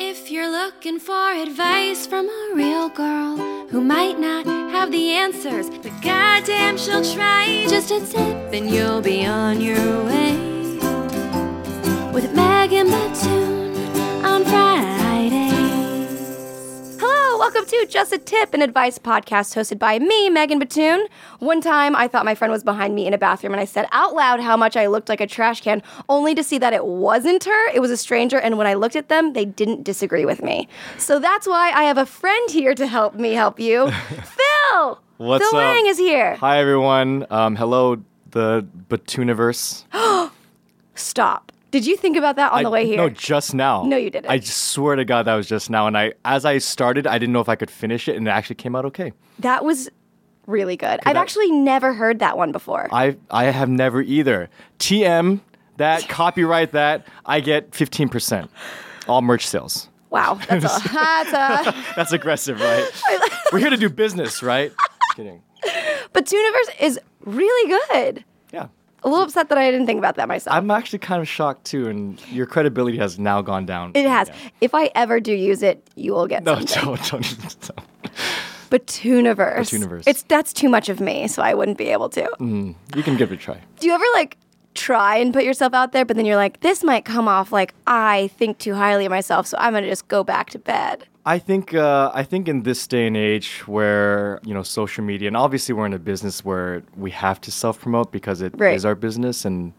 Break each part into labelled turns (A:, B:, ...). A: If you're looking for advice from a real girl who might not have the answers, but goddamn, she'll try. Just a tip and you'll be on your way. With Meg and Batoon on Fridays.
B: Hello, welcome to Just a Tip, an advice podcast hosted by me, Megan Batoon. One time I thought my friend was behind me in a bathroom and I said out loud how much I looked like a trash can, only to see that it wasn't her, it was a stranger, and when I looked at them, they didn't disagree with me. So that's why I have a friend here to help me help you. Phil!
C: What's
B: Phil
C: up?
B: Lang is here.
C: Hi, everyone. Um, hello, the Batuniverse.
B: Stop. Did you think about that on the way here?
C: No, just now.
B: No, you didn't.
C: I swear to God, that was just now. And I, as I started, I didn't know if I could finish it, and it actually came out okay.
B: that was really good. I've
C: I-
B: actually never heard that one before.
C: I, I have never either. TM that copyright that I get fifteen percent all merch sales.
B: wow. That's a, that's a
C: That's aggressive, right? We're here to do business, right? Just kidding.
B: But Tooniverse is really good.
C: Yeah.
B: A little upset that I didn't think about that myself.
C: I'm actually kind of shocked too, and your credibility has now gone down.
B: it has.
C: Yeah.
B: If I ever do use it, you will get
C: No,
B: something.
C: don't, don't, don't.
B: But Tooniverse.
C: Tooniverse.
B: It's that's too much of me, so I wouldn't be able to.
C: You can give it a try.
B: Do you ever like try and put yourself out there, but then you're like, this might come off like I think too highly of myself, so I'm gonna just go back to bed.
C: I think uh, I think in this day and age, where you know social media, and obviously we're in a business where we have to self promote because it is
B: Right.
C: our business, and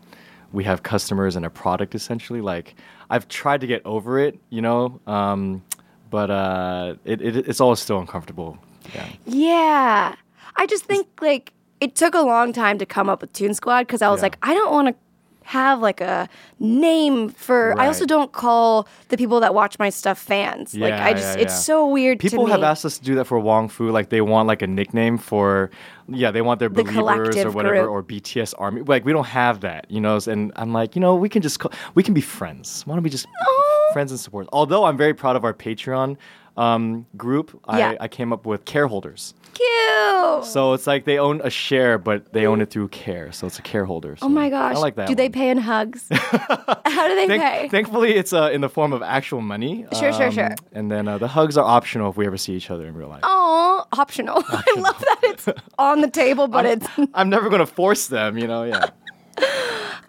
C: we have customers and a product essentially. Like I've tried to get over it, you know, um, but uh, it, it, it's always still uncomfortable. Yeah.
B: Yeah. I just think like it took a long time to come up with Toon Squad because I was
C: Yeah.
B: like, I don't want to have like a name for. I
C: Right.
B: also don't call the people that watch my stuff fans. like
C: Yeah,
B: I just,
C: yeah,
B: it's
C: yeah.
B: so weird. to
C: People have
B: me.
C: asked us to do that for Wong Fu. Like they want like a nickname for, yeah, they want their
B: The
C: believers or
B: collective
C: whatever,
B: group.
C: or BTS Army. Like we don't have that, you know. And I'm like, you know, we can just call, we can be friends. Why don't we just
B: Oh.
C: friends and support? Although I'm very proud of our Patreon um, group.
B: Yeah. Oh.
C: I, I came up with care holders.
B: Cute.
C: So it's like they own a share, but they own it through care. So it's a care holder.
B: Oh my gosh.
C: I like that.
B: Do they
C: one.
B: pay in hugs? How do they
C: Thank-
B: pay?
C: Thankfully, it's uh, in the form of actual money. Um,
B: Sure, sure, sure.
C: And then uh, the hugs are optional if we ever see each other in real life.
B: Aw, optional. I love that it's on the table, but it's
C: I'm never going to force them, you know? Yeah.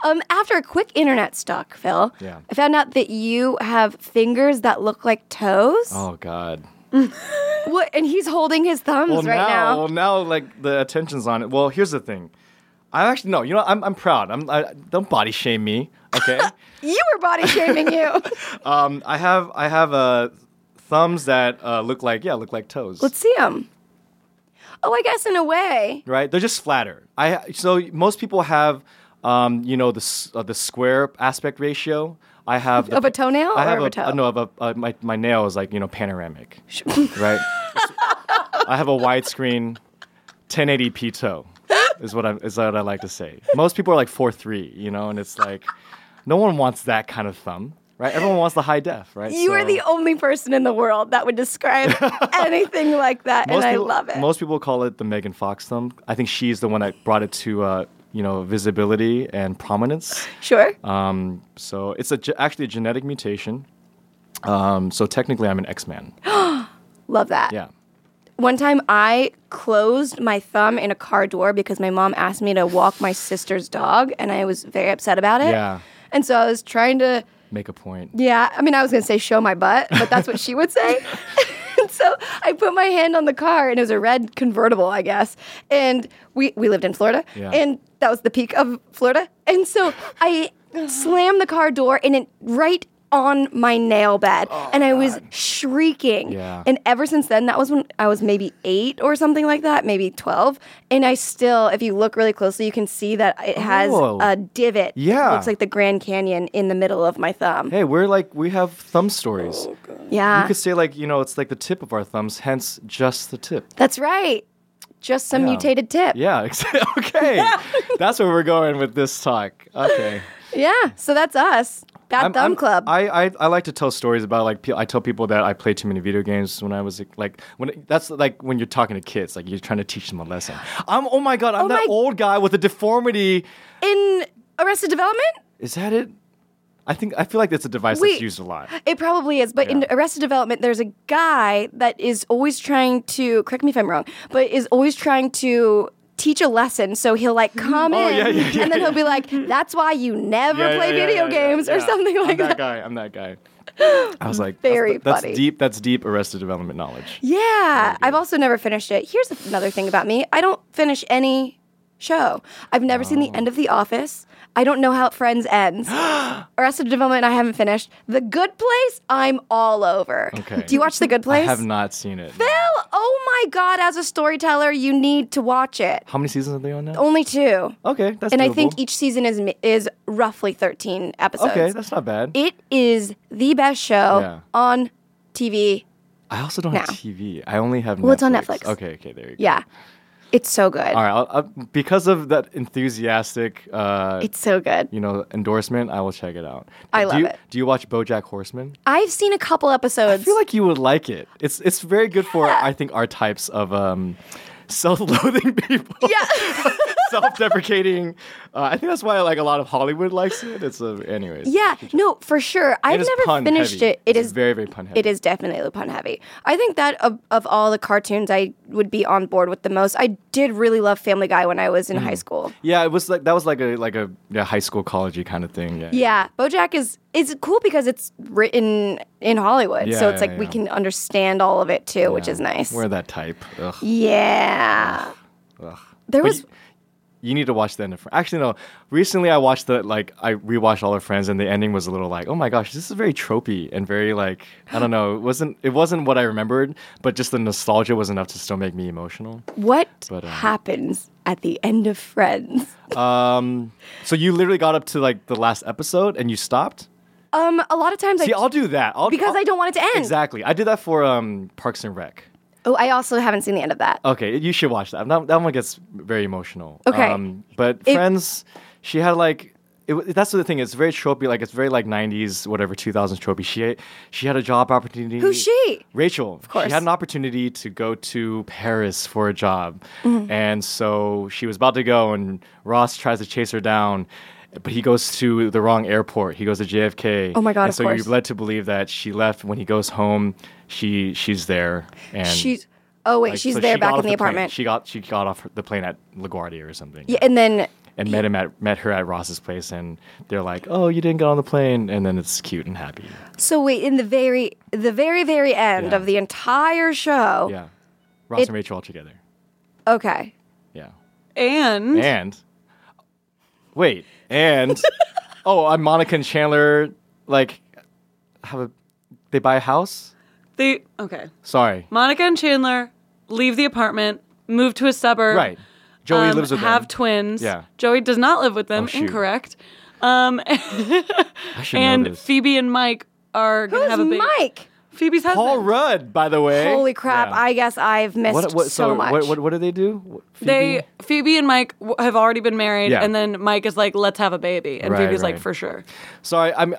B: Um, after a quick internet stalk, Phil,
C: Yeah.
B: I found out that you have fingers that look like toes.
C: Oh, God.
B: What? And he's holding his thumbs
C: Well, um,
B: right
C: now,
B: now.
C: well, now, like, the attention's on it. Well, here's the thing. I actually, no, you know, I'm, I'm proud. I'm, I, don't body shame me, okay?
B: You were body shaming you.
C: um, I have, I have uh, thumbs that uh, look like, yeah, look like toes.
B: Let's see him. Oh, I guess in a way.
C: right? They're just flatter. I so most people have, um, you know, the s- uh, the square aspect ratio. I have the-
B: Of a toenail
C: I
B: or
C: have
B: of a
C: a,
B: toe?
C: uh, no, of a, uh, my my nail is like you know panoramic, right? I have a widescreen, 1080p toe, is what I is what I like to say. Most people are like four three, you know, and it's like, no one wants that kind of thumb, right? Everyone wants the high def, right?
B: You are
C: So-
B: the only person in the world that would describe anything like that, and I
C: people,
B: love it.
C: Most people call it the Megan Fox thumb. I think she's the one that brought it to uh, you know visibility and prominence.
B: sure.
C: Um, so it's a, ge- actually a genetic mutation. Um, so technically, I'm an X-Man.
B: love that.
C: Yeah.
B: One time I closed my thumb in a car door because my mom asked me to walk my sister's dog, and I was very upset about it.
C: Yeah.
B: And so I was trying to
C: Make a point.
B: Yeah, I mean, I was gonna say show my butt, but that's what she would say. And so I put my hand on the car, and it was a red convertible, I guess. And we we lived in Florida,
C: Yeah.
B: and that was the peak of Florida. And so I slammed the car door, and it right on my nail bed and I was shrieking.
C: Oh, Yeah.
B: And ever since then, that was when I was maybe eight or something like that, maybe 12. And I still, if you look really closely, you can see that it has
C: Oh.
B: a divot.
C: Yeah.
B: Looks like the Grand Canyon in the middle of my thumb.
C: Hey, we're like we have thumb stories.
B: yeah.
C: You could say like you know it's like the tip of our thumbs, hence just the tip.
B: That's right. Just some
C: Yeah.
B: mutated tip.
C: Yeah. ex- Okay. That's where we're going with this talk. Okay.
B: Yeah, so that's us. Bad
C: I'm-
B: Thumb
C: I'm-
B: Club.
C: I, I I like to tell stories about like pe- I tell people that I played too many video games when I was like when that's like when you're talking to kids like you're trying to teach them a lesson. I'm oh my god I'm
B: Oh my-
C: that old guy with a deformity.
B: in Arrested Development?
C: Is that it? I think I feel like that's a device
B: Wait.
C: that's used a lot.
B: It probably is, but in
C: Yeah.
B: Arrested Development, there's a guy that is always trying to, correct me if I'm wrong, but is always trying to teach a lesson. So he'll like come in
C: Oh, yeah, yeah, yeah,
B: and then he'll be like, that's why you never
C: Yeah,
B: play
C: yeah, yeah,
B: video
C: yeah, yeah,
B: games or
C: yeah.
B: something
C: I'm
B: like
C: that.
B: that.
C: guy. I'm that guy. I was like,
B: Very
C: that's, that's
B: funny.
C: deep. That's deep Arrested Development knowledge.
B: Yeah, I've also never finished it. Here's another thing about me I don't finish any show. I've never seen
C: Oh.
B: the end of The Office. I don't know how Friends ends. Arrested Development, I haven't finished. The Good Place, I'm all over.
C: Okay.
B: Do you watch The Good Place?
C: I have not seen it.
B: Bill, oh my God, as a storyteller, you need to watch it.
C: How many seasons are they on now?
B: Only two.
C: okay, that's
B: Oh. and I
C: doable.
B: think each season is mi- is roughly 13 episodes.
C: okay, that's not bad.
B: it is the best show
C: Yeah.
B: on TV.
C: I also don't have
B: No.
C: TV. I only have.
B: Well,
C: Netflix.
B: it's on Netflix.
C: Okay, okay, there you go.
B: Yeah. It's so good.
C: All right, I'll, I'll, because of that enthusiastic, uh,
B: It's so good.
C: you know, endorsement, I will check it out.
B: I
C: do
B: love
C: you,
B: it.
C: Do you watch BoJack Horseman?
B: I've seen a couple
C: I
B: episodes.
C: feel like you would like it. It's it's very good for I think our types of um, self-loathing people.
B: Yeah.
C: self-deprecating. Uh, I think that's why like a lot of Hollywood likes it. It's a, anyways.
B: yeah, no, for sure. I've
C: It is
B: never
C: pun
B: finished
C: heavy.
B: it. It
C: it's
B: is
C: very very pun heavy.
B: it is definitely pun heavy. I think that of, of all the cartoons I would be on board with the most. I did really love Family Guy when I was in
C: Mm.
B: high school.
C: Yeah, it was like that was like a like a yeah, high school collegey kind of thing. Yeah.
B: Yeah, BoJack is is cool because it's written in Hollywood, so
C: Yeah,
B: it's like
C: yeah,
B: we
C: yeah.
B: can understand all of it too, which is nice.
C: We're that type. Ugh.
B: yeah. There
C: But
B: was
C: y- you need to watch the end of Friends. Actually, no. Recently, I watched the like I rewatched all of Friends, and the ending was a little like, oh my gosh, this is very tropey and very like I don't know. It wasn't it wasn't what I remembered, but just the nostalgia was enough to still make me emotional.
B: what
C: But, um,
B: happens at the end of Friends.
C: Um, so you literally got up to like the last episode and you stopped.
B: Um, a lot of times
C: See,
B: I
C: I'll do that I'll,
B: because
C: I'll-
B: I don't want it to end.
C: Exactly, I did that for um Parks and Rec.
B: Oh, I also haven't seen the end of that.
C: Okay, you should watch that. That, that one gets very emotional. Um,
B: Okay.
C: but
B: It-
C: Friends, she had like. It, wa- that's the thing. It's very tropey. Like it's very like '90s, whatever 2000s tropey. She she had a job opportunity.
B: Who's she?
C: Rachel. Of
B: course.
C: She had an opportunity to go to Paris for a job,
B: Mm-hmm.
C: and so she was about to go, and Ross tries to chase her down. But he goes to the wrong airport. He goes to JFK.
B: Oh my God,
C: And
B: of
C: so
B: course.
C: you're led to believe that she left. When he goes home, she she's there. And
B: she's oh wait,
C: like,
B: she's
C: so
B: there
C: she
B: back in
C: got off
B: the,
C: plane.
B: apartment.
C: She got she got off the plane at LaGuardia or something.
B: yeah, and then
C: And met him at met her at Ross's place, and they're like, "Oh, you didn't get on the plane," and then it's cute and happy.
B: so wait, in the very the very very end
C: Yeah.
B: of the entire show.
C: Yeah, Ross
B: Oh. It-
C: and Rachel all together.
B: Okay.
C: Yeah,
D: And
C: and wait, and oh, uh, Monica and Chandler like have a they buy a house.
D: they okay.
C: Sorry,
D: Monica and Chandler leave the apartment, move to a suburb.
C: right? Joey
D: um,
C: lives with
D: have
C: them.
D: twins.
C: Yeah.
D: Joey does not live with them.
C: Oh, shoot.
D: incorrect. Um,
C: I should know
D: and
C: this.
D: Phoebe and Mike are gonna
B: Who's
D: have a big
B: Mike?
D: Phoebe's husband.
C: Paul Rudd, by the way.
B: Holy crap!
C: Yeah.
B: I guess I've missed
C: what, what,
B: so, much.
C: What, what, what do they do? What-
D: They
C: Phoebe?
D: Phoebe and Mike w- have already been married,
C: Yeah.
D: and then Mike is like, "Let's have a baby," and
C: Right,
D: Phoebe's like,
C: right.
D: "For sure."
C: Sorry, I'm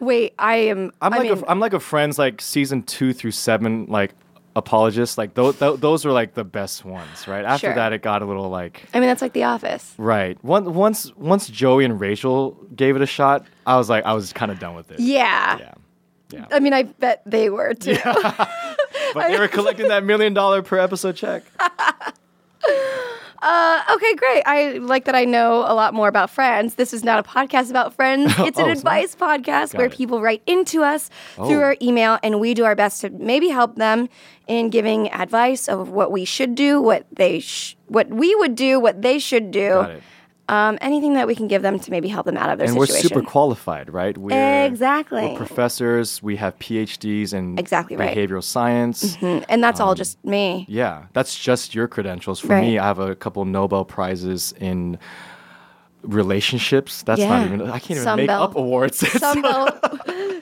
B: wait, I am.
C: I'm
B: I
C: like
B: mean,
C: a, I'm like a Friends like season two through seven like apologists like those those were like the best ones right after
B: Sure.
C: that it got a little like
B: I mean that's like The Office.
C: right One, once once Joey and Rachel gave it a shot I was like I was kind of done with it
B: Yeah.
C: yeah
B: I mean, I bet they were too.
C: but they were collecting that million dollar per episode check
B: Okay, great. I like that I know a lot more about friends. This is not a podcast about friends. It's an
C: Oh, it's not?
B: advice podcast where
C: it.
B: people write into us through
C: Oh.
B: our email and we do our best to maybe help them in giving advice of what we should do, what they sh- what we would do, what they should do.
C: got it
B: um, anything that we can give them to maybe help them out of their
C: and we're
B: situation.
C: super qualified, right? We're,
B: Exactly.
C: We're professors. We have PhDs in
B: Exactly right. Mm-hmm.
C: behavioral science.
B: and that's
C: Um,
B: all just me.
C: Yeah, that's just your credentials. For
B: Right.
C: me, I have a couple Nobel prizes in relationships. That's
B: Yeah.
C: not even. I can't even make
B: Sunbelt.
C: up awards.
B: Some bell,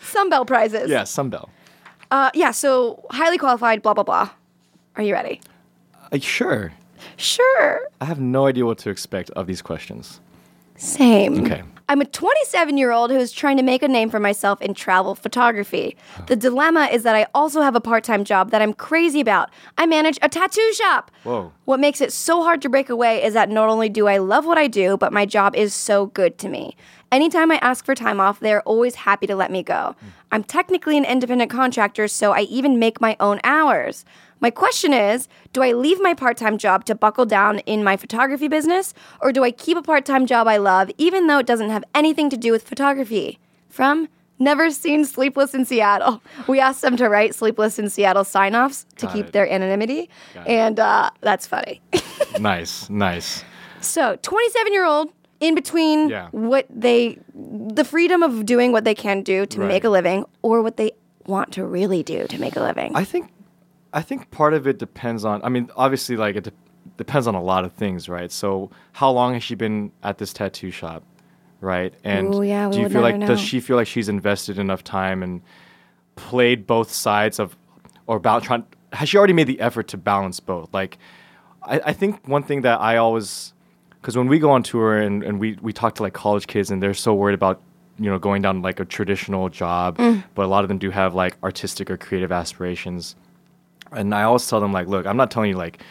B: some bell prizes.
C: yeah, Sunbelt.
B: Uh, yeah. So highly qualified. Blah blah blah. Are you ready?
C: Uh, sure.
B: Sure.
C: I have no idea what to expect of these questions.
B: Same.
C: Okay.
B: I'm a 27 year old who's trying to make a name for myself in travel photography. The dilemma is that I also have a part time job that I'm crazy about. I manage a tattoo shop.
C: Whoa.
B: What makes it so hard to break away is that not only do I love what I do, but my job is so good to me. Anytime I ask for time off, they're always happy to let me go.
C: Hmm.
B: I'm technically an independent contractor, so I even make my own hours. My question is do I leave my part time job to buckle down in my photography business, or do I keep a part time job I love even though it doesn't have anything to do with photography? From Never Seen Sleepless in Seattle. We asked them to write Sleepless in Seattle sign offs to
C: Got
B: keep
C: it.
B: their anonymity, and uh, that's funny.
C: nice, nice.
B: so, 27 year old in between
C: Yeah.
B: what they, the freedom of doing what they can do to
C: Right.
B: make a living or what they want to really do to make a living.
C: I think, I think part of it depends on. I mean, obviously, like it de- depends on a lot of things, right? So, how long has she been at this tattoo shop, right? And
B: Ooh, yeah, we
C: do you
B: would
C: feel like
B: never
C: does
B: know.
C: she feel like she's invested enough time and played both sides of, or about trying? Has she already made the effort to balance both? Like, I, I think one thing that I always, because when we go on tour and, and we, we talk to like college kids and they're so worried about, you know, going down like a traditional job,
B: Mm.
C: but a lot of them do have like artistic or creative aspirations. And I always tell them like, look, I'm not telling you like,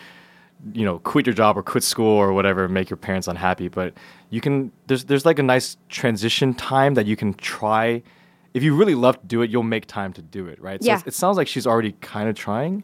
C: you know, quit your job or quit school or whatever, and make your parents unhappy, but you can, there's, there's like a nice transition time that you can try. If you really love to do it, you'll make time to do it, right? So
B: Yeah.
C: it's- it sounds like she's already kind of trying.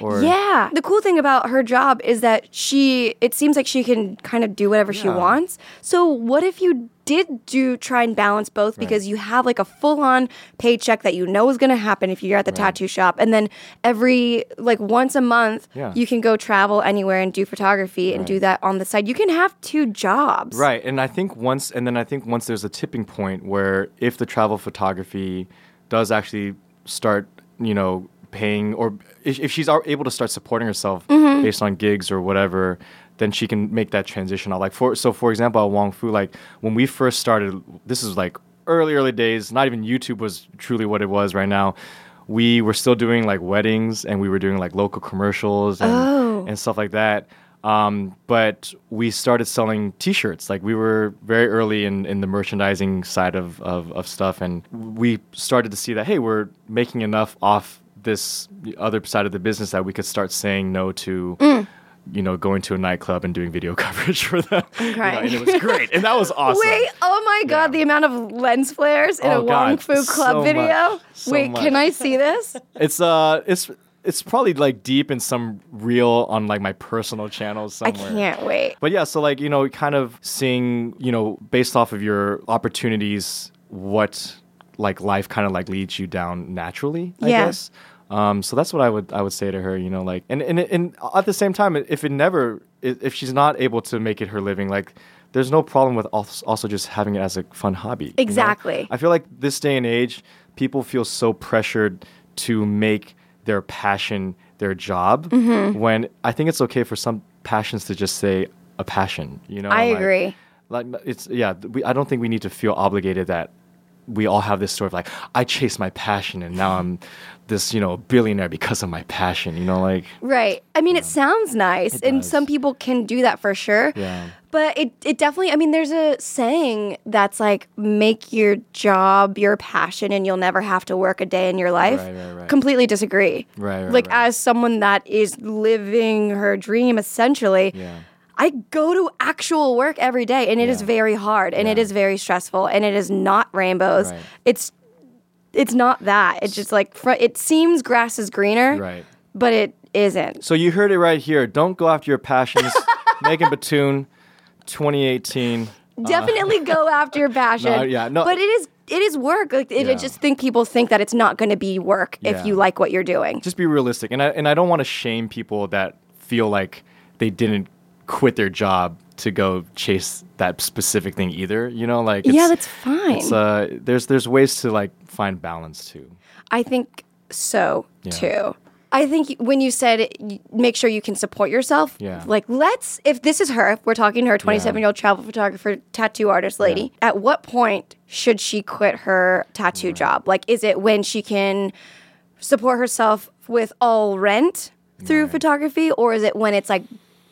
C: Or
B: Yeah. The cool thing about her job is that she, it seems like she can kind of do whatever she
C: Yeah.
B: wants. So, what if you did do try and balance both because you have like a full on paycheck that you know is going to happen if you're at the tattoo shop. And then every, like once a month,
C: Yeah.
B: you can go travel anywhere and do photography and do that on the side. You can have two jobs.
C: Right, and I think once, and then I think once there's a tipping point where if the travel photography does actually start, you know, paying, or if, if she's al- able to start supporting herself based on gigs or whatever, then she can make that transition. out. Like for so, for example, at Wong Fu, like when we first started, this is like early, early days. Not even YouTube was truly what it was right now. We were still doing like weddings, and we were doing like local commercials and, and stuff like that. Um, but we started selling T-shirts. Like we were very early in, in the merchandising side of, of of stuff, and we started to see that hey, we're making enough off this other side of the business that we could start saying no to.
B: Mm.
C: You know, going to a nightclub and doing video coverage for them. You know,
B: crying.
C: and it was great. And that was awesome.
B: Wait, oh my God, the amount of lens flares in
C: Oh,
B: a Wong
C: God,
B: Fu Club
C: so much,
B: video.
C: so
B: Wait,
C: much.
B: can I see this?
C: It's uh it's it's probably like deep in some reel on like my personal channels
B: I
C: somewhere.
B: can't wait.
C: But yeah, so like, you know, kind of seeing, you know, based off of your opportunities, what like life kind of like leads you down naturally, I
B: Yeah.
C: guess. Um, so that's what I would I would say to her, you know, like, and and and at the same time, if it never, i- if she's not able to make it her living, like, there's no problem with als- also just having it as a fun hobby. you know?
B: Exactly.
C: I feel like this day and age, people feel so pressured to make their passion their job
B: Mm-hmm.
C: when I think it's okay for some passions to just say a passion, you know?
B: I
C: like-
B: agree.
C: Like it's yeah, th- we, I don't think we need to feel obligated that we all have this sort of like I chase my passion and now I'm this, you know, billionaire because of my passion, you know, like
B: Right. I mean, it sounds nice, and
C: does.
B: some people can do that for sure.
C: Yeah.
B: But it, it definitely, I mean, there's a saying that's like, make your job your passion and you'll never have to work a day in your life.
C: Right, right, right.
B: Completely disagree.
C: Right, right,
B: like,
C: right.
B: as someone that is living her dream essentially,
C: Yeah.
B: I go to actual work every day and it is
C: Yeah.
B: very hard and it is very stressful and it is not rainbows.
C: Right.
B: It's it's not that. It's just like fr- it seems grass is greener,
C: Right.
B: but it isn't.
C: So you heard it right here. Don't go after your passions. Megan Batoon, 2018.
B: Definitely go after your passion.
C: Uh. No, yeah, no.
B: But it is it is work. Like it, I
C: Yeah.
B: just think people think that it's not going to be work if
C: Yeah.
B: you like what you're doing.
C: Just be realistic, and I and I don't want to shame people that feel like they didn't quit their job to go chase that specific thing either. You know, like
B: Yeah,
C: it's-
B: that's fine.
C: It's, uh, there's there's ways to like find balance too.
B: I think so too. I think when you said y- make sure you can support yourself,
C: Yeah.
B: like let's, if this is her, we're talking to her 27 year old travel photographer, tattoo artist lady, at what point should she quit her tattoo job? Like, is it when she can support herself with all rent through photography, or is it when it's like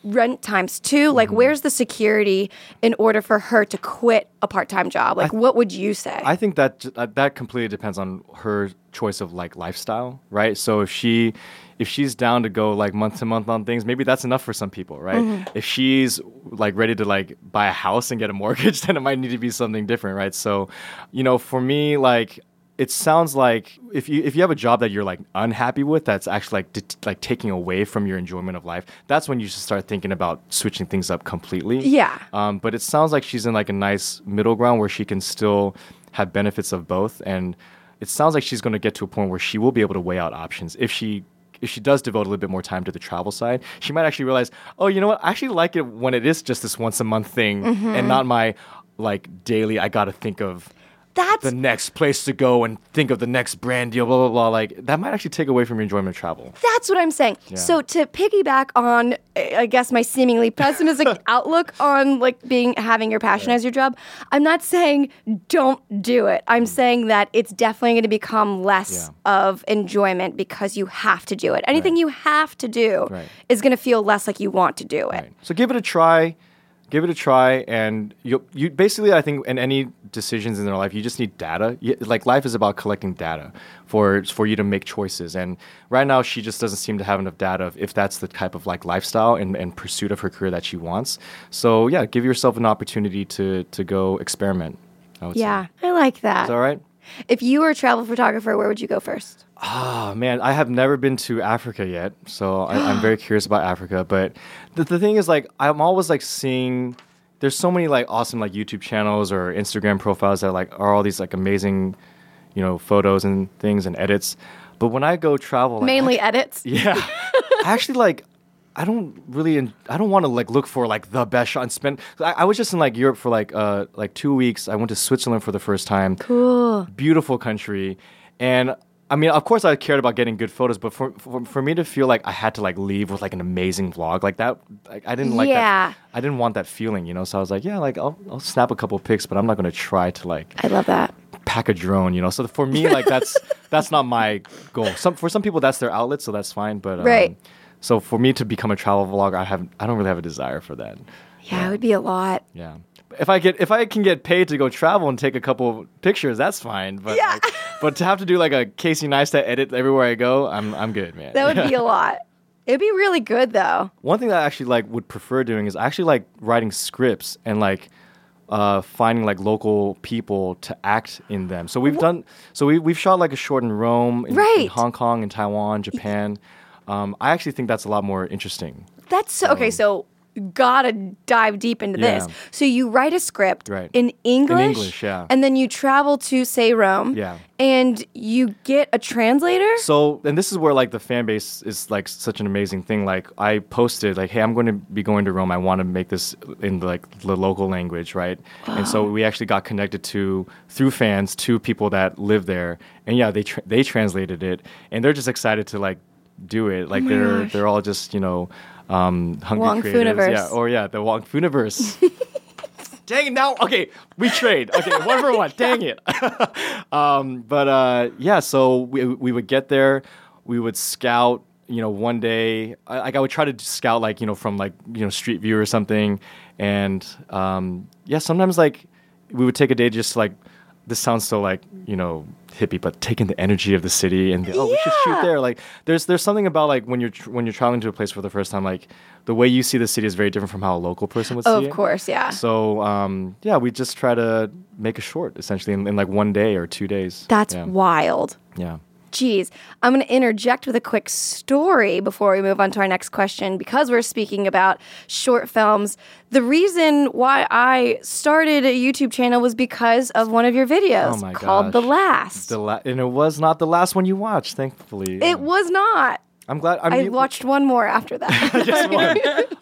B: rent times two?
C: Mm-hmm.
B: Like, where's the security in order for her to quit a part time job? Like, what would you say?
C: I think that j- uh, that completely depends on her choice of like lifestyle, right? So if she if she's down to go like month to month on things, maybe that's enough for some people, right? If she's like ready to like buy a house and get a mortgage, then it might need to be something different, right? So, you know, for me like it sounds like if you if you have a job that you're like unhappy with that's actually like det- like taking away from your enjoyment of life that's when you should start thinking about switching things up completely
B: Yeah.
C: um, but it sounds like she's in like a nice middle ground where she can still have benefits of both and it sounds like she's going to get to a point where she will be able to weigh out options if she if she does devote a little bit more time to the travel side, she might actually realize, oh, you know what? I actually like it when it is just this once a month thing and not my like daily, I got to think of
B: That's
C: the next place to go and think of the next brand deal, blah, blah, blah. Like, that might actually take away from your enjoyment of travel.
B: That's what I'm saying. So to piggyback on, I I guess my seemingly pessimistic outlook on like being having your passion as your job, I'm not saying don't do it.
C: Mm.
B: I'm saying that it's definitely going to become less of enjoyment because you have to do it. Anything you have to do
C: Right.
B: is going to feel less like you want to do it.
C: Right. So give it a try. Give it a try, and you you basically I think in any decisions in their life you just need data. You, like life is about collecting data for for you to make choices. And right now she just doesn't seem to have enough data of if that's the type of like lifestyle and, and pursuit of her career that she wants. So yeah, give yourself an opportunity to to go experiment. I would say.
B: Yeah, I like that.
C: Is that all right?
B: If you were a travel photographer, where would you go first?
C: Oh man, I have never been to Africa yet, so I, I'm very curious about Africa. But the, the thing is, like, I'm always like seeing. There's so many like awesome like YouTube channels or Instagram profiles that like are all these like amazing, you know, photos and things and edits. But when I go travel, like,
B: Mainly edits.
C: yeah. Actually, like, I don't really, en- I don't want to like look for like the best shot and spend. I, I was just in like Europe for like uh like two weeks. I went to Switzerland for the first time. Cool. Beautiful country, and. I mean, of course, I cared about getting good photos, but for, for for me to feel like I had to like leave with like an amazing vlog, like that, like, I didn't like
B: Yeah.
C: that. I didn't want that feeling, you know. So I was like, yeah, like I'll I'll snap a couple pics, but I'm not gonna try to like
B: I love that.
C: pack a drone, you know. So for me, like that's that's not my goal. Some for some people that's their outlet, so that's fine. But um,
B: Right.
C: So for me to become a travel vlogger, I have I don't really have a desire for that.
B: Yeah, it would be a lot.
C: Yeah. If I get if I can get paid to go travel and take a couple pictures, that's fine. But like, but to have to do like a Casey Neistat edit everywhere I go, I'm I'm good, man.
B: That would be a lot. It'd be really good though.
C: One thing that I actually like would prefer doing is I actually like writing scripts and like uh, finding like local people to act in them. So we've done so we we've shot like a short in Rome, in, in
B: Right.
C: Hong Kong, in Taiwan, Japan. Um, I actually think that's a lot more interesting.
B: That's so, okay. So gotta dive deep into this.
C: Yeah.
B: So you write a script
C: Right.
B: in English,
C: English, yeah.
B: and then you travel to say Rome,
C: Yeah.
B: and you get a translator.
C: So, and this is where like the fan base is like such an amazing thing. Like I posted like, "Hey, I'm going to be going to Rome. I want to make this in like the local language, right?" And so we actually got connected to through fans to people that live there, and yeah, they tra- they translated it, and they're just excited to like do it. Like they're they're all just you know um, hungry
B: Wong
C: creatives, yeah,
B: Fooniverse.
C: or yeah, the Wong Fooniverse. Dang it! Now, okay, we trade. Okay, one for one. Dang it. But uh, yeah, so we, we would get there, we would scout. You know, one day, I, like I would try to scout, like you know, from like you know Street View or something, and um, yeah, sometimes like we would take a day just to, like this sounds so like you know hippie, but taking the energy of the city and oh, we should shoot there. Like there's there's something about like when you're tr- when you're traveling to a place for the first time, like the way you see the city is very different from how a local person would see
B: Oh,
C: it.
B: of course, yeah.
C: So um, yeah, we just try to make a short essentially in, in like one day or two days.
B: That's
C: yeah.
B: wild.
C: yeah.
B: Geez, I'm going to interject with a quick story before we move on to our next question because we're speaking about short films. The reason why I started a YouTube channel was because of one of your videos
C: Oh my
B: called The
C: gosh.
B: Last.
C: The la- and it was not the last one you watched, thankfully.
B: It was not.
C: I'm glad. I,
B: I
C: mean,
B: watched one more after that.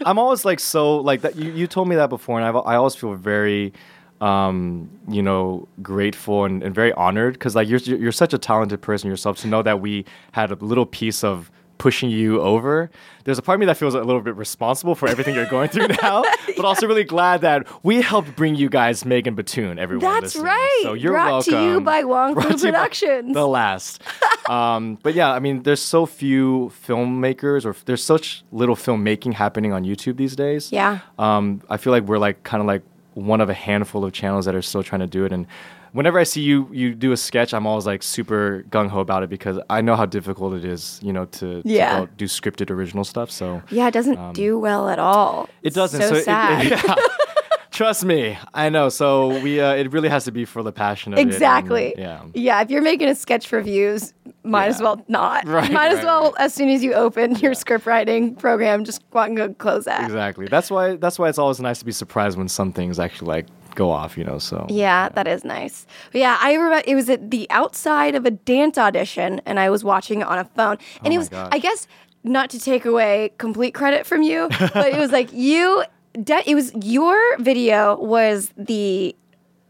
C: I'm always like so like that. You, you told me that before, and I've, I always feel very, um, you know, grateful and, and very honored because like you're you're such a talented person yourself to know that we had a little piece of pushing you over. There's a part of me that feels a little bit responsible for everything you're going through now, but also really glad that we helped bring you guys Megan Batoon. Everyone,
B: That's
C: listening.
B: right.
C: So you're
B: Brought
C: welcome.
B: to you by Wong Fu
C: Brought to you by
B: Productions.
C: The last. um, but yeah, I mean, there's so few filmmakers, or there's such little filmmaking happening on YouTube these days.
B: Yeah.
C: Um, I feel like we're like kind of like one of a handful of channels that are still trying to do it. And whenever I see you you do a sketch, I'm always like super gung ho about it because I know how difficult it is, you know, to, to
B: Yeah.
C: go do scripted original stuff. So
B: yeah, it doesn't do well at all.
C: Um, it doesn't.
B: So,
C: it- it-
B: sad.
C: yeah. Trust me, I know. So we uh, it really has to be for the passion of it and,
B: Exactly.
C: yeah.
B: Yeah. If you're making a sketch for views, might as well not.
C: Right,
B: might as
C: right,
B: well, as soon as you open your script writing program, just go out and go close that.
C: Exactly. That's why. That's why it's always nice to be surprised when some things actually like go off. You know. So.
B: Yeah, that is nice. But yeah, I remember it was at the outside of a dance audition, and I was watching it on a phone, and it was,
C: Oh gosh.
B: I guess, not to take away complete credit from you, but it was like you. De- it was your video was the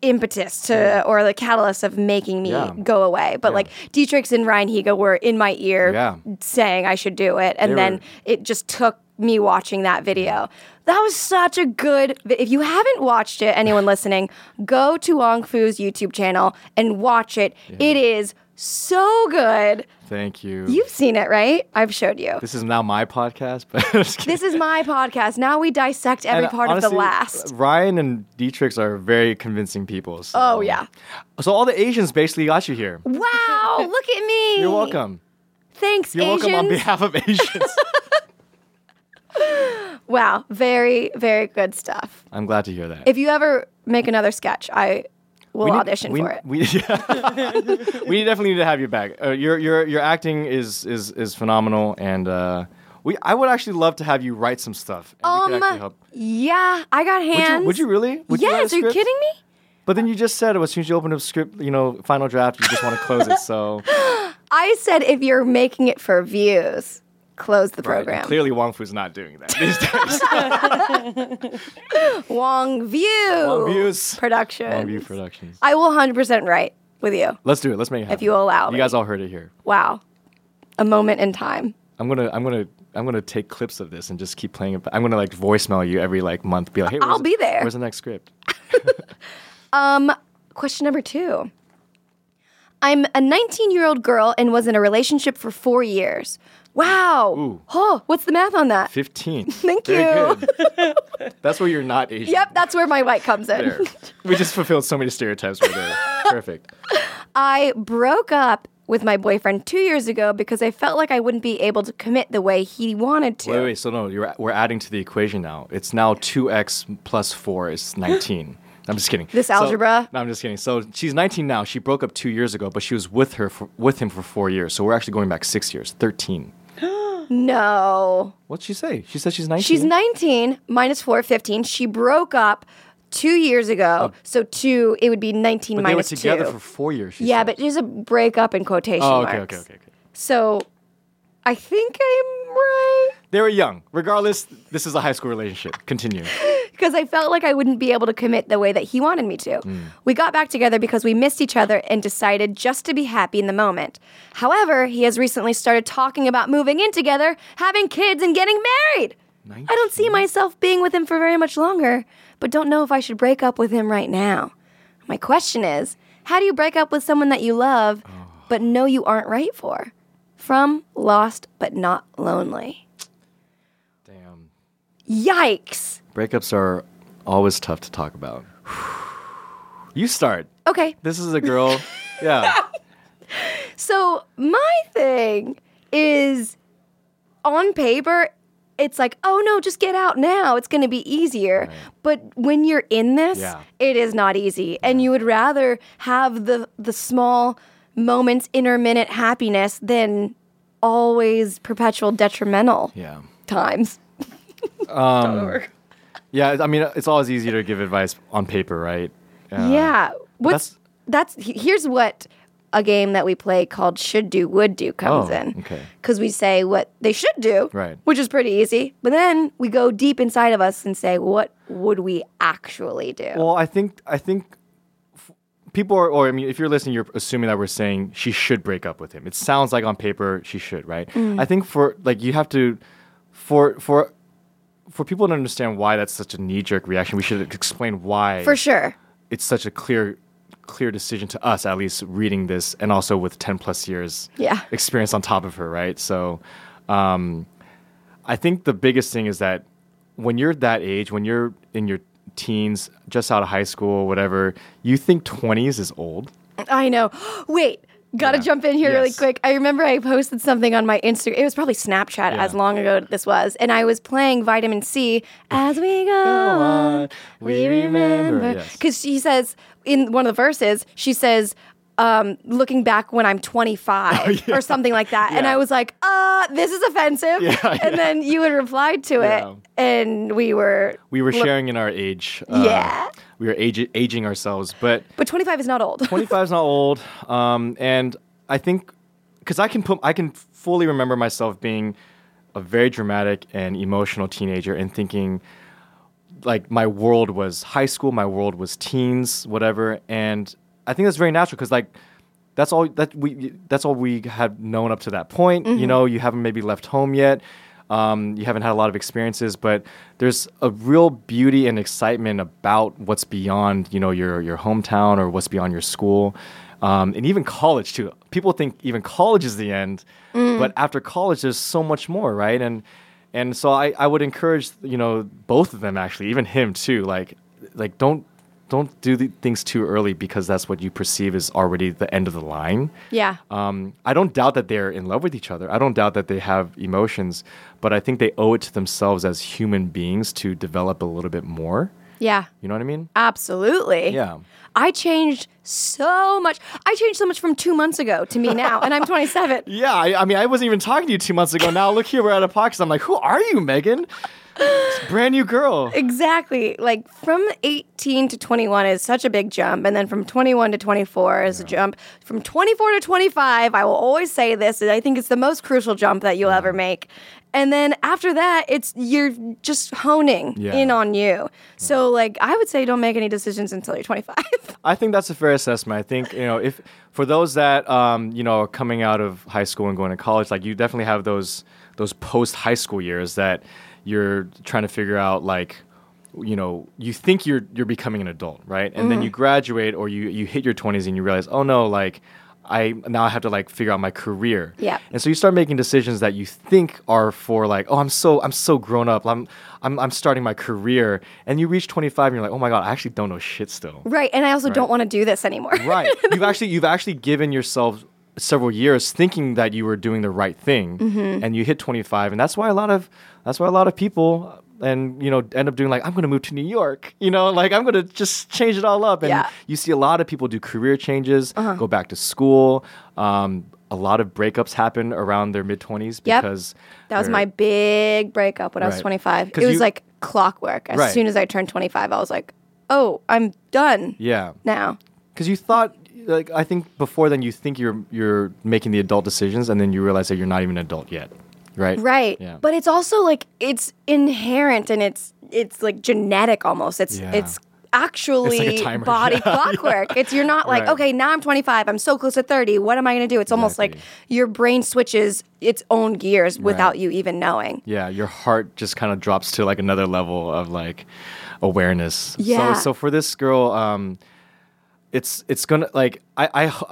B: impetus to or the catalyst of making me
C: Yeah.
B: go away. But like Dietrich's and Ryan Higa were in my ear
C: Yeah.
B: saying I should do it, and
C: They
B: then
C: were-
B: it just took me watching that video. That was such a good. vi- If you haven't watched it, anyone listening, go to Wong Fu's YouTube channel and watch it. It is so good.
C: Thank you.
B: You've seen it, right? I've showed you.
C: This is now my podcast, but I'm just kidding.
B: This is my podcast. Now we dissect every
C: And
B: part of the
C: honestly, uh,
B: last.
C: Ryan and Dietrich are very convincing people. so-
B: Oh yeah!
C: So all the Asians basically got you here.
B: Wow! Look at me.
C: You're welcome.
B: Thanks,
C: You're
B: Asians.
C: welcome on behalf of Asians.
B: wow! Very, very good stuff.
C: I'm glad to hear that.
B: If you ever make another sketch, I will
C: We need-
B: audition
C: we-
B: for it.
C: We, we definitely need to have you back. Uh, your your your acting is is is phenomenal, and uh, we I would actually love to have you write some stuff. And we could actually
B: Um,
C: help.
B: yeah, I got
C: Would
B: hands.
C: you, would you really? Would you write a
B: yes, are you
C: script?
B: kidding me?
C: But then you just said as soon as you open up script, you know, final draft, you just want to close it. So
B: I said if you're making it for views, close the program.
C: clearly, Wong Fu's not doing that these days.
B: Wong View.
C: Wong Views.
B: Production.
C: Wong View Productions.
B: I will 100% write with you.
C: Let's do it. Let's make it happen.
B: you allow
C: you
B: me.
C: guys all heard it here.
B: Wow. A moment in time.
C: I'm gonna, I'm gonna, I'm gonna take clips of this and just keep playing it. I'm gonna like voicemail you every like month. Be like, hey,
B: I'll
C: where's-
B: be there.
C: Where's the next script?
B: Question number two. I'm a 19 year old girl and was in a relationship for four years. Wow.
C: Ooh.
B: Oh, what's the math on that?
C: Fifteen.
B: Thank
C: Very
B: you.
C: good. That's where you're not Asian.
B: Yep, that's where my white comes in.
C: There. We just fulfilled so many stereotypes right there. Perfect.
B: I broke up with my boyfriend two years ago because I felt like I wouldn't be able to commit the way he wanted to.
C: Wait, wait. So no, you're, we're adding to the equation now. It's now two x plus four is nineteen. I'm just kidding.
B: This
C: So-
B: algebra?
C: no, I'm just kidding. So she's 19 now. She broke up two years ago, but she was with her for, with him for four years. So we're actually going back six years. 13.
B: No.
C: What'd she say? She said she's 19.
B: She's 19 minus 4, 15. She broke up two years ago. So two, it would be 19
C: Oh. But they were
B: minus
C: together
B: two.
C: for four years. She
B: yeah,
C: said.
B: but there's a breakup in quotation
C: Oh,
B: marks.
C: okay, okay, okay, okay.
B: So I think I'm right.
C: They were young. Regardless, this is a high school relationship. Continue.
B: because I felt like I wouldn't be able to commit the way that he wanted me to. We got back together because we missed each other and decided just to be happy in the moment. However, he has recently started talking about moving in together, having kids, and getting married. I don't see myself being with him for very much longer, but don't know if I should break up with him right now. My question is how do you break up with someone that you love, but know you aren't right for? From Lost But Not Lonely.
C: Damn.
B: Yikes!
C: Breakups are always tough to talk about. You start.
B: Okay,
C: This is a girl. Yeah.
B: So my thing is on paper, it's like, oh no, just get out now. It's going to be easier. But when you're in this,
C: Yeah.
B: it is not easy. And you would rather have the the small moments, intermittent happiness than always perpetual detrimental
C: Yeah.
B: times.
C: Yeah. I mean, it's always easier to give advice on paper, right?
B: yeah. What's that's, he- here's what a game that we play called Should Do, Would Do comes
C: Oh,
B: in.
C: okay.
B: Because we say what they should do,
C: Right.
B: which is pretty easy. But then we go deep inside of us and say, what would we actually do?
C: Well, I think I think f- people are, or I mean, if you're listening, you're assuming that we're saying she should break up with him. It sounds like on paper she should, right? I think for like you have to for for for people to understand why that's such a knee jerk reaction, we should explain why
B: For sure.
C: it's such a clear clear decision to us at least reading this and also with 10 plus years
B: Yeah.
C: experience on top of her right so um, i think the biggest thing is that when you're that age when you're in your teens just out of high school whatever you think 20s is old
B: I know. Wait, gotta
C: Yeah.
B: jump in here really
C: Yes.
B: quick. I remember I posted something on my Instagram. It was probably Snapchat as long ago this was, and I was playing Vitamin C as we go on. We remember
C: Yes.
B: because she says in one of the verses she says. Um, looking back when I'm 25 or something like that, and
C: Oh, Yeah.
B: I was like, "Uh, this is offensive." and then you had replied to
C: Yeah.
B: it, and we were,
C: we were sharing in our age uh,
B: Yeah.
C: we were age- aging ourselves but
B: but 25 is not old.
C: 25 is not old um, and i think because i can put i can fully remember myself being a very dramatic and emotional teenager and thinking like my world was high school my world was teens whatever and i think that's very natural because like that's all that we that's all we had known up to that point you know you haven't maybe left home yet um, you haven't had a lot of experiences but there's a real beauty and excitement about what's beyond you know your your hometown or what's beyond your school um, and even college too people think even college is the end but after college there's so much more right and and so I, I would encourage you know both of them actually even him too like like don't don't do the things too early because that's what you perceive is already the end of the line.
B: yeah,
C: Um, I don't doubt that they're in love with each other. I don't doubt that they have emotions, but I think they owe it to themselves as human beings to develop a little bit more.
B: yeah,
C: You know what I mean?
B: absolutely.
C: Yeah.
B: I changed so much. I changed so much from two months ago to me now, and I'm 27.
C: Yeah, I, I mean, I wasn't even talking to you two months ago. Now look here, we're out of pockets. I'm like, who are you, Megan? It's a brand new girl.
B: Exactly. Like from 18 to 21 is such a big jump. And then from 21 to 24 is a jump. From 24 to 25, I will always say this, and I think it's the most crucial jump that you'll ever make. And then after that, it's you're just honing
C: Yeah.
B: in on you. So like I would say don't make any decisions until you're 25.
C: I think that's a fair assessment. I think you know if for those that um, you know are coming out of high school and going to college, like you definitely have those those post high school years that you're trying to figure out like you know you think you're you're becoming an adult, right? And then you graduate or you you hit your 20s and you realize, oh no, like I now I have to like figure out my career.
B: Yeah.
C: And so you start making decisions that you think are for like, oh, I'm so I'm so grown up. I'm I'm I'm starting my career. And you reach 25 and you're like, oh my god, I actually don't know shit still.
B: right. And I also don't want to do this anymore.
C: Right. You've actually you've actually given yourself several years thinking that you were doing the right thing,
B: Mm-hmm.
C: and you hit 25, and that's why a lot of that's why a lot of people uh, and you know end up doing like I'm going to move to New York, you know, like I'm going to just change it all up, and
B: Yeah. Uh-huh.
C: you see a lot of people do career changes, go back to school. Um, a lot of breakups happen around their mid 20s
B: Yep.
C: because
B: That was
C: they're-
B: my big breakup when I was
C: Right.
B: 25. It
C: 'Cause
B: was
C: you-
B: like clockwork. As
C: Right.
B: soon as I turned 25, I was like, oh, I'm done
C: yeah
B: now.
C: because you thought like I think before then you think you're you're making the adult decisions and then you realize that you're not even an adult yet, right?
B: Right.
C: Yeah.
B: But it's also like it's inherent and it's it's like genetic almost. It's
C: Yeah.
B: it's actually
C: It's like a timer.
B: body
C: Yeah.
B: clockwork. It's you're not like,
C: Right.
B: okay, now I'm 25. I'm so close to 30. What am I going to do? It's almost like your brain switches its own gears without you even knowing.
C: Yeah, your heart just kind of drops to like another level of like awareness.
B: Yeah.
C: So, so for this girl, um, it's it's gonna like I I. h-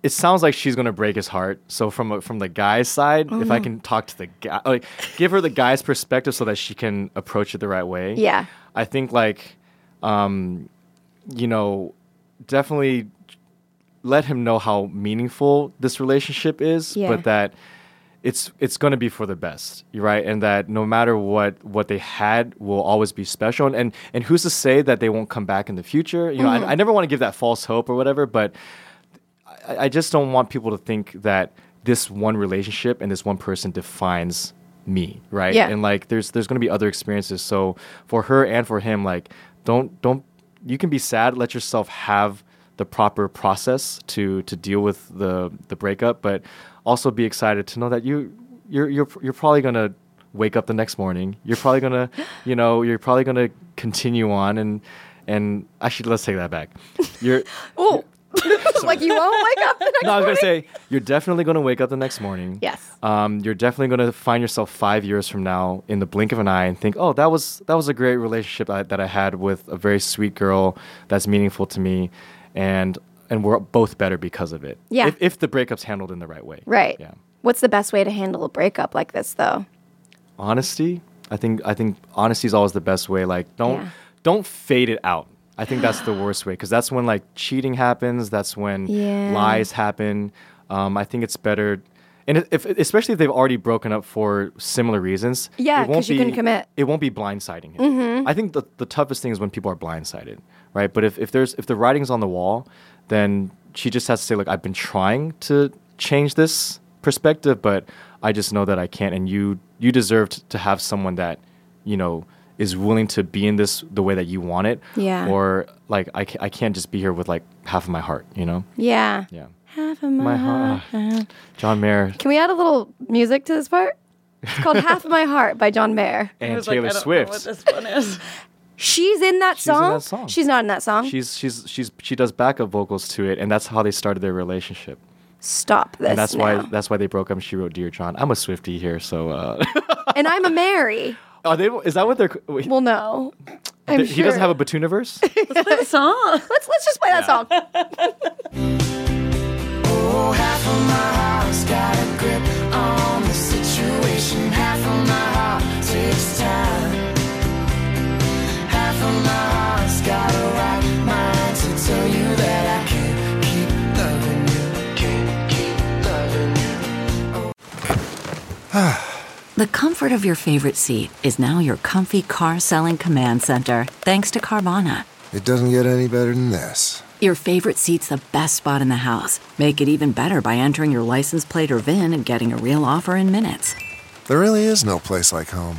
C: It sounds like she's gonna break his heart. So from a- from the guy's side, if
B: Mm-hmm.
C: I can talk to the guy, like give her the guy's perspective so that she can approach it the right way.
B: Yeah.
C: I think like, um, you know, definitely let him know how meaningful this relationship is,
B: Yeah.
C: but that it's it's going to be for the best, you're right? And that no matter what what they had will always be special. And and, and who's to say that they won't come back in the future? You know,
B: Mm-hmm.
C: I, I never want to give that false hope or whatever, but I, I just don't want people to think that this one relationship and this one person defines me, right?
B: Yeah.
C: And like, there's there's going to be other experiences. So for her and for him, like, don't don't you can be sad. Let yourself have the proper process to to deal with the the breakup, but also be excited to know that you you're you're you're probably gonna wake up the next morning. You're probably gonna you know you're probably gonna continue on and and actually let's take that back. You're
B: Oh, like you won't wake up the next
C: no, I was gonna
B: morning?
C: say you're definitely gonna wake up the next morning.
B: Yes.
C: Um, you're definitely gonna find yourself five years from now in the blink of an eye and think, oh, that was that was a great relationship I, that I had with a very sweet girl that's meaningful to me, and and we're both better because of it.
B: Yeah.
C: If, if the breakup's handled in the right way.
B: Right.
C: Yeah.
B: What's the best way to handle a breakup like this, though?
C: Honesty. I think I think honesty is always the best way. Like don't
B: Yeah.
C: don't fade it out. I think that's the worst way because that's when like cheating happens. That's when
B: Yeah.
C: lies happen. Um, I think it's better, and if, especially if they've already broken up for similar reasons.
B: Yeah,
C: it won't
B: 'cause you couldn't
C: be-
B: commit.
C: It won't be blindsiding. Him. I think the, the toughest thing is when people are blindsided, right? But if, if there's if the writing's on the wall, then she just has to say, look, I've been trying to change this perspective, but I just know that I can't, and you you deserve t- to have someone that you know is willing to be in this the way that you want it.
B: Yeah.
C: Or like I, ca- I can't just be here with like half of my heart, you know?
B: Yeah.
C: Yeah.
B: Half of my,
C: My
B: heart.
C: heart. John Mayer
B: Can we add a little music to this part? It's called Half of My Heart by John Mayer.
D: I
C: and
D: was like,
C: Taylor
D: I don't know what
C: Swift.
D: this one is.
B: She's in that
C: in
B: song.
C: that song.
B: She's not in that song.
C: She's she's she's she does backup vocals to it, and that's how they started their relationship.
B: Stop this.
C: and that's why
B: now.
C: that's why they broke up. She wrote "Dear John." I'm a Swifty here, so uh,
B: and I'm a Mary.
C: are they? Is that what they're? Wait,
B: Well, no. I'm
C: th- He doesn't
B: sure.
C: have a Batuniverse.
D: The song.
B: Let's let's just play that song.
E: half of my heart's got a grip on the situation. Half of my heart takes time. Half of my heart's got a right mind to tell you that I can't keep loving you. Can't keep loving you.
F: The comfort of your favorite seat is now your comfy car selling command center, thanks to Carvana.
G: It doesn't get any better than this.
F: Your favorite seat's the best spot in the house. Make it even better by entering your license plate or VIN and getting a real offer in minutes.
G: There really is no place like home.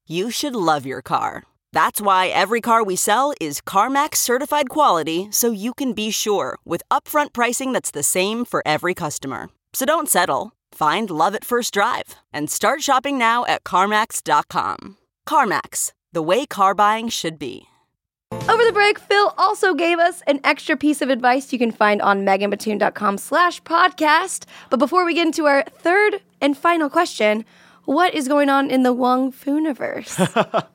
H: you should love your car. That's why every car we sell is CarMax certified quality so you can be sure with upfront pricing that's the same for every customer. So don't settle. Find love at first drive and start shopping now at CarMax.com. CarMax, the way car buying should be.
B: Over the break, Phil also gave us an extra piece of advice you can find on meganbatoon.com slash podcast. But before we get into our third and final question, what is going on in the Wong Fooniverse?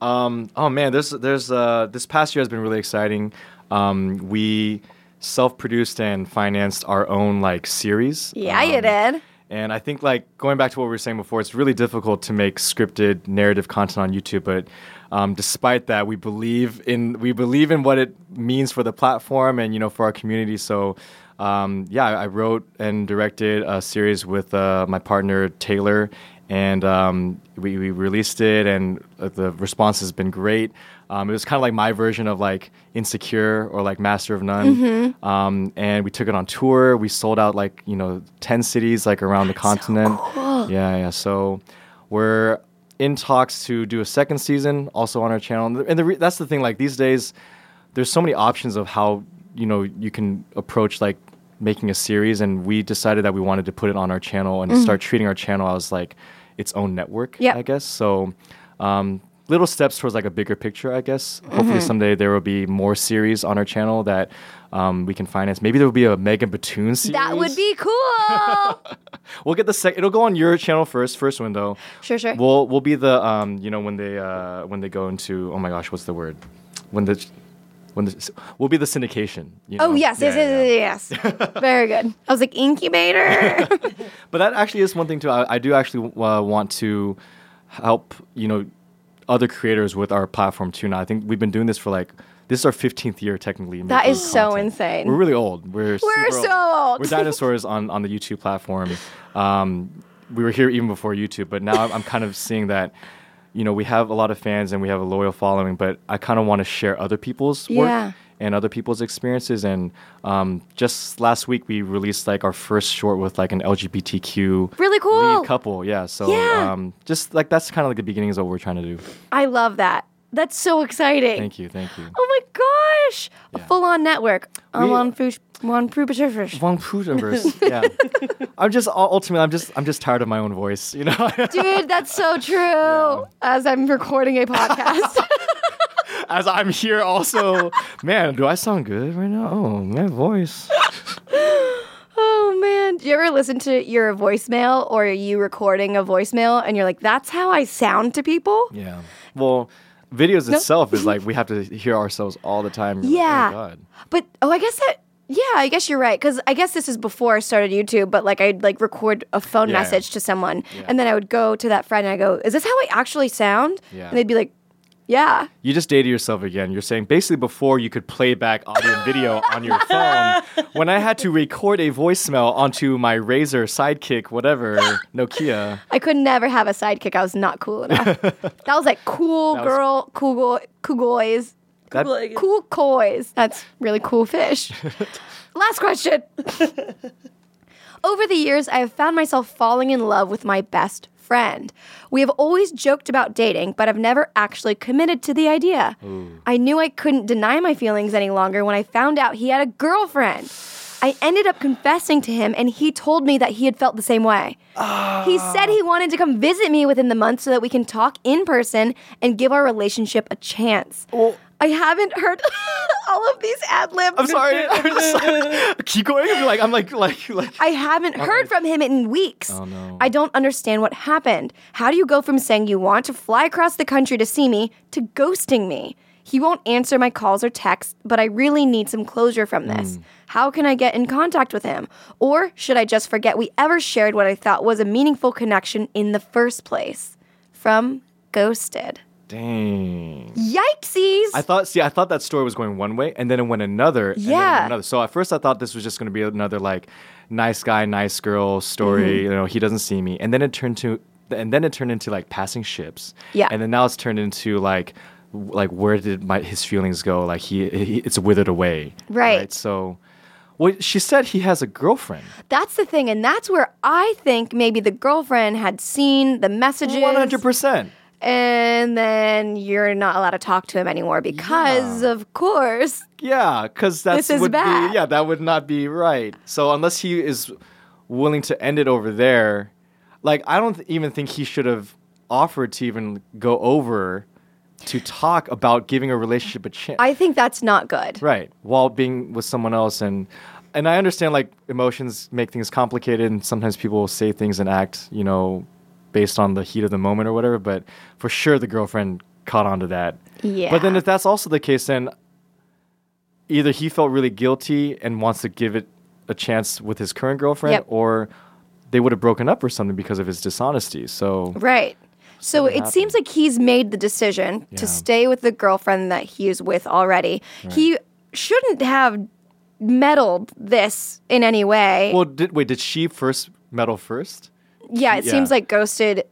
C: oh man, there's there's uh, this past year has been really exciting. Um, we self-produced and financed our own like series. uh,
B: yeah, you did.
C: And I think, like, going back to what we were saying before, it's really difficult to make scripted narrative content on YouTube. But um, despite that, we believe in we believe in what it means for the platform and you know for our community. So, um, yeah, I I wrote and directed a series with uh, my partner Taylor, and um, we, we released it, and uh, the response has been great. Um, it was kind of like my version of like Insecure or like Master of None. Um, and we took it on tour. We sold out like you know ten cities like around the continent. Yeah, yeah. So we're in talks to do a second season also on our channel. And the re- that's the thing. Like these days, there's so many options of how you know you can approach like making a series and we decided that we wanted to put it on our channel and start treating our channel as like its own network
B: Yep.
C: i guess so um, little steps towards like a bigger picture, I guess. Hopefully
B: Mm-hmm.
I: Mhm.
C: someday there will be more series on our channel that um, we can finance. Maybe there will be a Megan Batoon series.
B: That would be cool.
C: We'll get the sec. It'll go on your channel first, first window.
B: Sure, sure.
C: We'll we'll be the um you know when they uh when they go into oh my gosh what's the word when the when the we'll be the syndication. You know?
B: oh yes, yes,
C: Yeah, yeah, yeah.
B: yes, yes, yes. Very good. I was like incubator.
C: But that actually is one thing too. I, I do actually uh, want to help you know other creators with our platform too. Now I think we've been doing this for like this is our 15th year technically.
B: that
C: making
B: is so insane.
C: We're really old. We're
B: We're
C: super
B: so old.
C: We're dinosaurs on, on the YouTube platform. Um, we were here even before YouTube, but now I'm, I'm kind of seeing that you know we have a lot of fans and we have a loyal following, but I kind of want to share other people's
B: Yeah.
C: work and other people's experiences. And um, just last week we released like our first short with like an LGBTQ
B: Really cool.
C: lead couple. Yeah. So
B: Yeah.
C: Um, just like that's kind of like the beginnings of what we're trying to do.
B: I love that. That's so exciting.
C: Thank you. Thank you.
B: Oh my gosh! A full-on network. I'm
C: We-
B: on Fush- on Frubiturfish.
C: Von Prudenverse. Yeah. I'm just ultimately I'm just I'm just tired of my own voice, you know.
B: Dude, that's so true. As I'm recording a podcast.
C: As I'm here also, man, do I sound good right now? Oh, my voice.
B: oh man, do you ever listen to your voicemail or you recording a voicemail and you're like, "That's how I sound to people."
C: Yeah. Well, videos
B: No.
C: itself is like we have to hear ourselves all the time. You're like,
B: Yeah.
C: oh, God.
B: But oh, I guess that yeah, I guess you're right because I guess this is before I started YouTube. But like, I'd like record a phone
C: Yeah.
B: message to someone, and then I would go to that friend and I go, "Is this how I actually sound?"
C: Yeah.
B: And they'd be like, "Yeah."
C: You just dated yourself again. You're saying basically before you could play back audio and video on your phone, when I had to record a voicemail onto my Razer Sidekick, whatever, Nokia.
B: I could never have a sidekick. I was not cool enough. that was like cool
C: That was-
B: girl, cool go- cool boys,
C: That-
B: cool coys. That's really cool fish. Last question. Over the years, I have found myself falling in love with my best friend. We have always joked about dating, but I've never actually committed to the idea. I knew I couldn't deny my feelings any longer when I found out he had a girlfriend. I ended up confessing to him, and he told me that he had felt the same way. He said he wanted to come visit me within the month so that we can talk in person and give our relationship a chance. I haven't heard all of these ad libs.
C: I'm sorry. I'm just like, keep going. I'm like, I'm like, like, like.
B: I haven't heard from him in weeks.
C: Oh, no.
B: I don't understand what happened. How do you go from saying you want to fly across the country to see me to ghosting me? He won't answer my calls or texts, but I really need some closure from
C: Hmm.
B: this. How can I get in contact with him? Or should I just forget we ever shared what I thought was a meaningful connection in the first place? From Ghosted.
C: Dang.
B: Yipesies!
C: I thought, see, I thought that story was going one way, and then it went another, and then it went
B: Yeah.
C: another. So at first, I thought this was just going to be another like nice guy, nice girl story.
B: Mm-hmm.
I: Mhm.
C: You know, he doesn't see me, and then it turned to, and then it turned into like passing ships.
I: Yeah.
C: And then now it's turned into like, w- like where did my his feelings go? Like he, he it's withered away.
B: Right.
C: So, well, she said he has a girlfriend.
B: That's the thing, and that's where I think maybe the girlfriend had seen the messages. One hundred
C: percent.
B: And then you're not allowed to talk to him anymore because, of course,
C: Yeah, because that's
B: This is
C: would
B: bad.
C: Be, yeah, that would not be right. So unless he is willing to end it over there, like I don't th- even think he should have offered to even go over to talk about giving a relationship a chance.
B: I think that's not good.
C: Right. While being with someone else and and I understand like emotions make things complicated and sometimes people will say things and act, you know, based on the heat of the moment or whatever, but for sure the girlfriend caught on to that.
I: Yeah.
C: But then if that's also the case then either he felt really guilty and wants to give it a chance with his current girlfriend
B: Yep.
C: or they would have broken up or something because of his dishonesty. So
B: Right. So
C: what
B: it seems like he's made the decision to stay with the girlfriend that he is with already.
C: Right.
B: He shouldn't have meddled this in any way.
C: Well, did wait, did she first meddle first?
B: yeah, it seems like Ghosted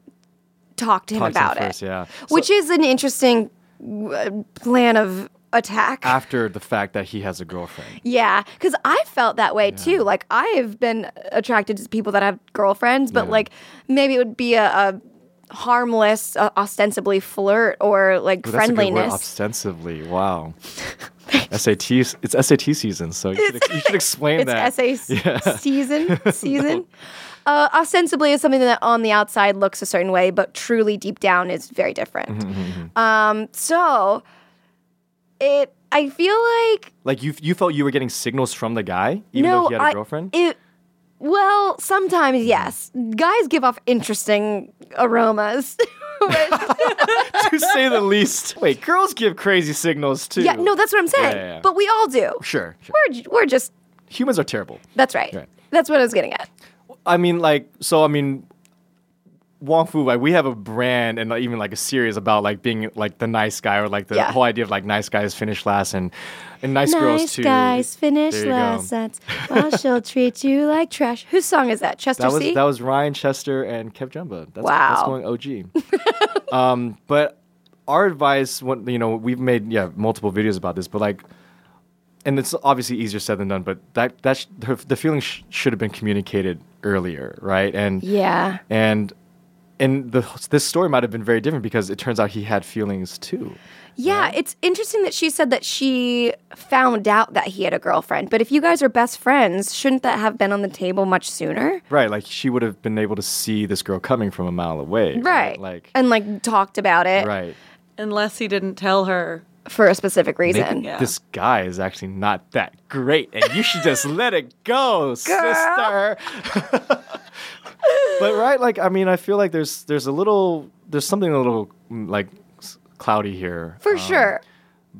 B: talked to him
C: Talked to
B: about it.
C: first, Yeah.
B: which is an interesting w- uh, plan of attack.
C: after the fact that he has a girlfriend.
B: Yeah, because I felt that way too. Like I have been attracted to people that have girlfriends, but like maybe it would be a, a harmless, uh, ostensibly flirt or like
C: Ooh, that's a good word,
B: friendliness.
C: ostensibly, wow. SAT, it's SAT season, so you should, ex- you should explain
B: It's
C: that.
B: essay s-
C: Yeah.
B: season. Season. uh, ostensibly is something that on the outside looks a certain way, but truly deep down is very different.
C: Mm-hmm,
B: Um, so it, I feel like
C: Like you, you felt you were getting signals from the guy, even
B: no,
C: though he had a
B: I-
C: girlfriend.
B: It, well, sometimes yes, guys give off interesting aromas.
C: to say the least. Wait, girls give crazy signals too.
B: yeah, no, that's what I'm saying.
C: Yeah, yeah, yeah.
B: But we all do.
C: sure, sure.
B: We're j- we're just
C: Humans are terrible.
B: that's right.
C: Right.
B: That's what I was getting at.
C: I mean, like, so I mean, Wong Fu, like, we have a brand and like, even like a series about like being like the nice guy or like the
B: Yeah.
C: whole idea of like nice guys finish last and and nice, girls too.
B: finish
C: There you go.
B: last sentence. Well, she'll treat you like trash. Whose song is that? Chester
C: That was
B: C.
C: that was Ryan Chester and Kev Jumba. That's,
B: Wow.
C: That's going OG. um, but our advice, when, you know, we've made yeah multiple videos about this, but like, and it's obviously easier said than done. But that that sh- her, the feeling sh- should have been communicated earlier, right? And
B: Yeah.
C: and and the this story might have been very different because it turns out he had feelings too.
B: yeah, it's interesting that she said that she found out that he had a girlfriend. But if you guys are best friends, shouldn't that have been on the table much sooner?
C: Right, like she would have been able to see this girl coming from a mile away.
B: Right.
C: Like
B: and like talked about it
C: right.
D: Unless he didn't tell her.
B: for a specific reason.
C: Maybe This guy is actually not that great, and you should just let it go, sister. but right, like I mean, I feel like there's there's a little there's something a little mm, like s- cloudy here.
B: For
C: Um,
B: sure.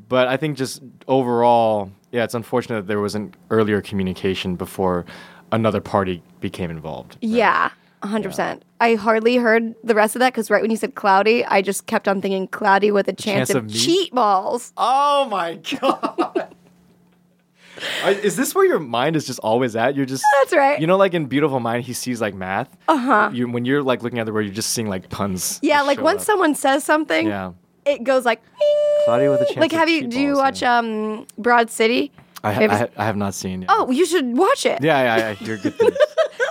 C: But I think just overall, yeah, it's unfortunate that there wasn't earlier communication before another party became involved.
B: Yeah. 100%. I hardly heard the rest of that because right when you said cloudy, I just kept on thinking cloudy with a chance,
C: chance
B: of,
C: of me?
B: cheat balls.
C: Oh my god. I- Is this where your mind is just always at? You're just
B: That's right.
C: You know, like in Beautiful Mind, he sees like math.
B: Uh huh.
C: you when you're like looking at the word, you're just seeing like puns.
B: Yeah,
C: just
B: like
C: show
B: once
C: up.
B: someone says something,
C: Yeah,
B: it goes like,
C: Claudia with a chance.
B: like
C: of
B: have you
C: cheat
B: do you
C: balls,
B: watch um Broad City?
C: yeah. I, ha-
B: have you
C: I, ha- I have not seen. it.
B: Oh, you should watch it.
C: Yeah, yeah, yeah. I hear good things.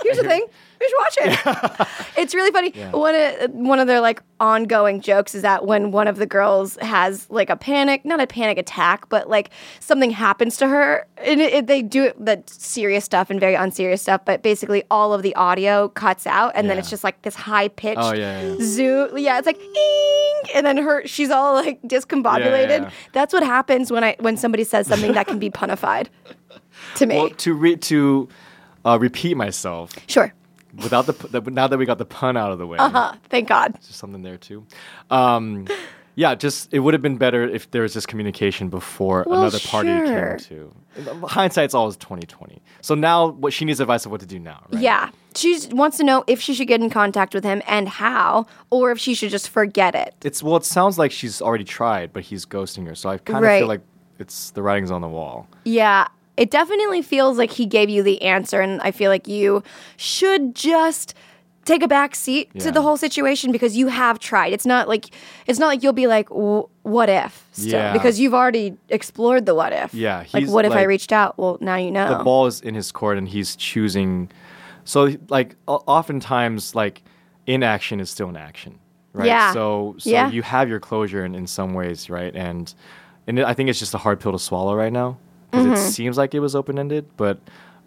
B: Here's the thing. You should watch it. it's really funny.
C: Yeah.
B: One of, one of their like ongoing jokes is that when one of the girls has like a panic, not a panic attack, but like something happens to her, and it, it- they do it the serious stuff and very unserious stuff, but basically all of the audio cuts out, and then
C: Yeah.
B: it's just like this high pitched
C: Oh, yeah, yeah.
B: zoom. Yeah, it's like "Eeng," and then her she's all like discombobulated.
C: yeah.
B: That's what happens when I when somebody says something that can be punified to me.
C: Well, to re- to uh, repeat myself
B: sure.
C: without the, p- the now that we got the pun out of the way,
B: Uh huh. Thank God.
C: there's something there too. Um, yeah, just it would have been better if there was just communication before
B: Well,
C: another party
B: sure.
C: came to. Hindsight's always twenty twenty. So now, what she needs advice of what to do now. Right?
B: Yeah. She wants to know if she should get in contact with him and how, or if she should just forget it.
C: It's well, it sounds like she's already tried, but he's ghosting her. So I kind of
B: Right.
C: feel like it's the writing's on the wall.
B: Yeah. It definitely feels like he gave you the answer, and I feel like you should just take a back seat to
C: Yeah.
B: the whole situation because you have tried. It's not like it's not like you'll be like, "W- "What if?" Still,
C: Yeah.
B: because you've already explored the what if.
C: Yeah,
B: like
C: he's
B: what if I
C: like-
B: reached out? Well, now you know.
C: The ball is in his court, and he's choosing. So like o- oftentimes, like inaction is still an action, right?
B: Yeah.
C: So so
B: Yeah.
C: you have your closure in, in some ways, right? And and I think it's just a hard pill to swallow right now because it
B: Mm-hmm.
I: Mhm.
C: seems like it was open ended, but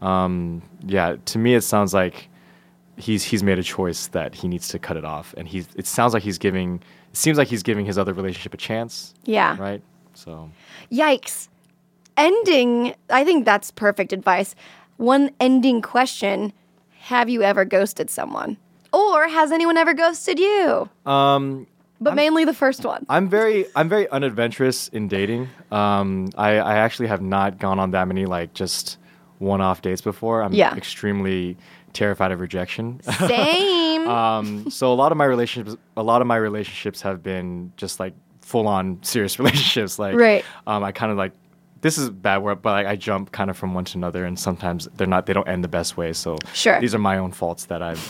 C: um, yeah, to me it sounds like he's he's made a choice that he needs to cut it off, and he's it sounds like he's giving it seems like he's giving his other relationship a chance.
B: Yeah.
C: Right. So
B: Yikes. Ending, I think that's perfect advice. One ending question Have you ever ghosted someone? Or has anyone ever ghosted you?
C: um,
B: But mainly the first one.
C: I'm very I'm very unadventurous in dating. Um, I, I actually have not gone on that many like just one off dates before. I'm
B: Yeah.
C: extremely terrified of rejection.
B: Same.
C: um, so a lot of my relationships a lot of my relationships have been just like full on serious relationships. Like
B: Right.
C: um, I kind of like this is a bad word, but like, I jump kind of from one to another, and sometimes they're not they don't end the best way. So
B: Sure.
C: these are my own faults that I've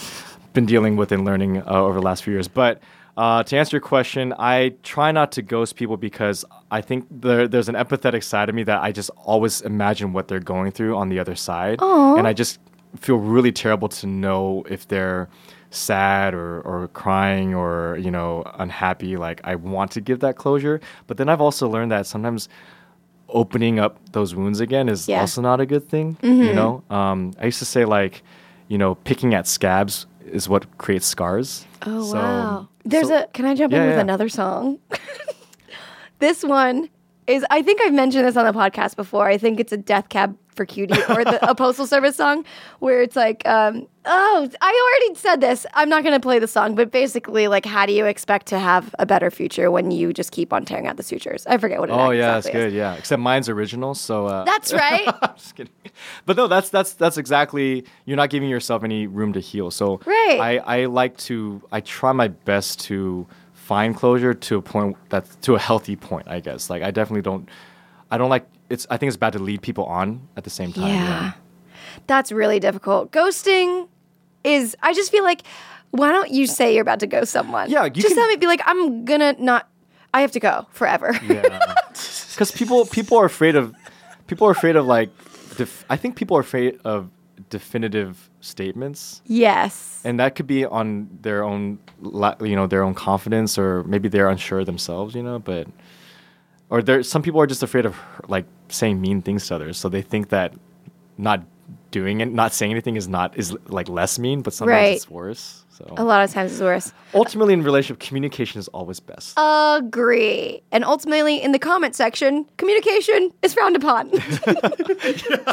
C: been dealing with and learning uh, over the last few years. But uh, to answer your question, I try not to ghost people because I think there, there's an empathetic side of me that I just always imagine what they're going through on the other side,
I: Aw.
C: and I just feel really terrible to know if they're sad or, or crying or you know unhappy like i want to give that closure but then i've also learned that sometimes opening up those wounds again is
I: Yeah.
C: also not a good thing
B: Mm-hmm.
I: Mhm.
C: you know um, i used to say like you know, picking at scabs is what creates scars.
B: Oh
C: So,
B: wow. There's a can I jump
C: Yeah,
B: in with
C: yeah.
B: another song? this one is I think I've mentioned this on the podcast before. I think it's a Death Cab for Cutie or the, a Postal Service song where it's like, um, oh, I already said this. I'm not gonna play the song, but basically like how do you expect to have a better future when you just keep on tearing out the sutures? I forget what it
C: Oh yeah, that's
B: exactly is.
C: good. Yeah, except mine's original, so uh,
B: That's right.
C: But no, that's that's that's exactly you're not giving yourself any room to heal. So
B: Right.
C: I, I like to I try my best to find closure to a point that's to a healthy point, I guess. Like I definitely don't I don't like it's I think it's bad to lead people on at the same time.
B: Yeah. That's really difficult. Ghosting is, I just feel like, why don't you say you're about to ghost someone? Yeah, you just tell me, be like, I'm gonna not, I have to go forever.
C: Because people people are afraid of people are afraid of like def- I think people are afraid of definitive statements.
B: yes.
C: and that could be on their own la- you know their own confidence or maybe they're unsure themselves you know but or there some people are just afraid of like saying mean things to others so they think that not doing it not saying anything is not is like less mean but sometimes
B: Right.
C: it's worse so
B: A lot of times it's worse.
C: ultimately in relationship communication is always best
B: Agree. And ultimately, in the comment section, communication is frowned upon.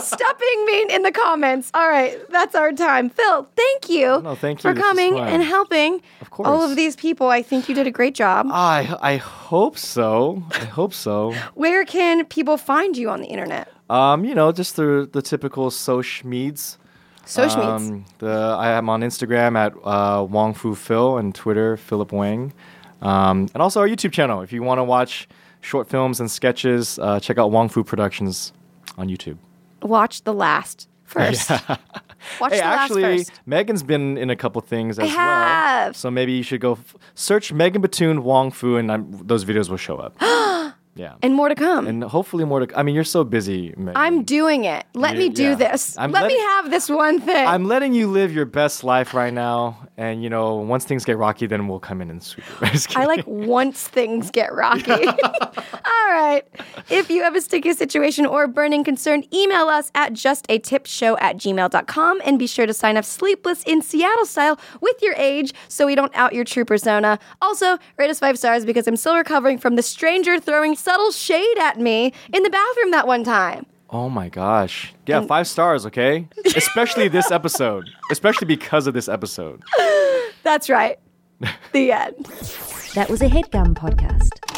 B: Stop being mean in the comments. All right, that's our time. Phil, thank you,
C: No, thank
B: for
C: you. This was
B: coming
C: fun.
B: and helping of
C: course. Uh,
B: all of these people. I think you did a great job.
C: i i hope so i hope so
B: Where can people find you on the internet?
C: Um, you know, just through the typical social meds. Um,
B: Soch meds.
C: the, I am on Instagram at uh, Wong Fu Phil and Twitter Philip Wang, um, and also our YouTube channel. If you want to watch short films and sketches, uh, check out Wong Fu Productions on YouTube.
B: Watch the last first. Watch
C: hey,
B: the
C: actually,
B: last first.
C: Megan's been in a couple things as well.
B: have.
C: So maybe you should go f- search Megan Batoon Wong Fu, and I'm, those videos will show up. yeah,
B: and more to come.
C: and hopefully more to. c- I mean, you're so busy, Megan.
B: I'm doing it. Let
C: You-
B: me do
C: yeah.
B: this.
C: I'm
B: Let
C: let-
B: me have this one thing.
C: I'm letting you live your best life right now, and you know, once things get rocky, then we'll come in and sweep it. Just
B: I
C: kidding.
B: like once things get rocky. All right. If you have a sticky situation or a burning concern, email us at justatipshow at gmail.com and be sure to sign up Sleepless in Seattle style with your age so we don't out your true persona. Also, rate us five stars because I'm still recovering from the stranger throwing subtle shade at me in the bathroom that one time.
C: Oh my gosh! Yeah, five stars, okay? Especially this episode, especially because of this episode.
B: That's right. The end.
J: That was a headgum podcast.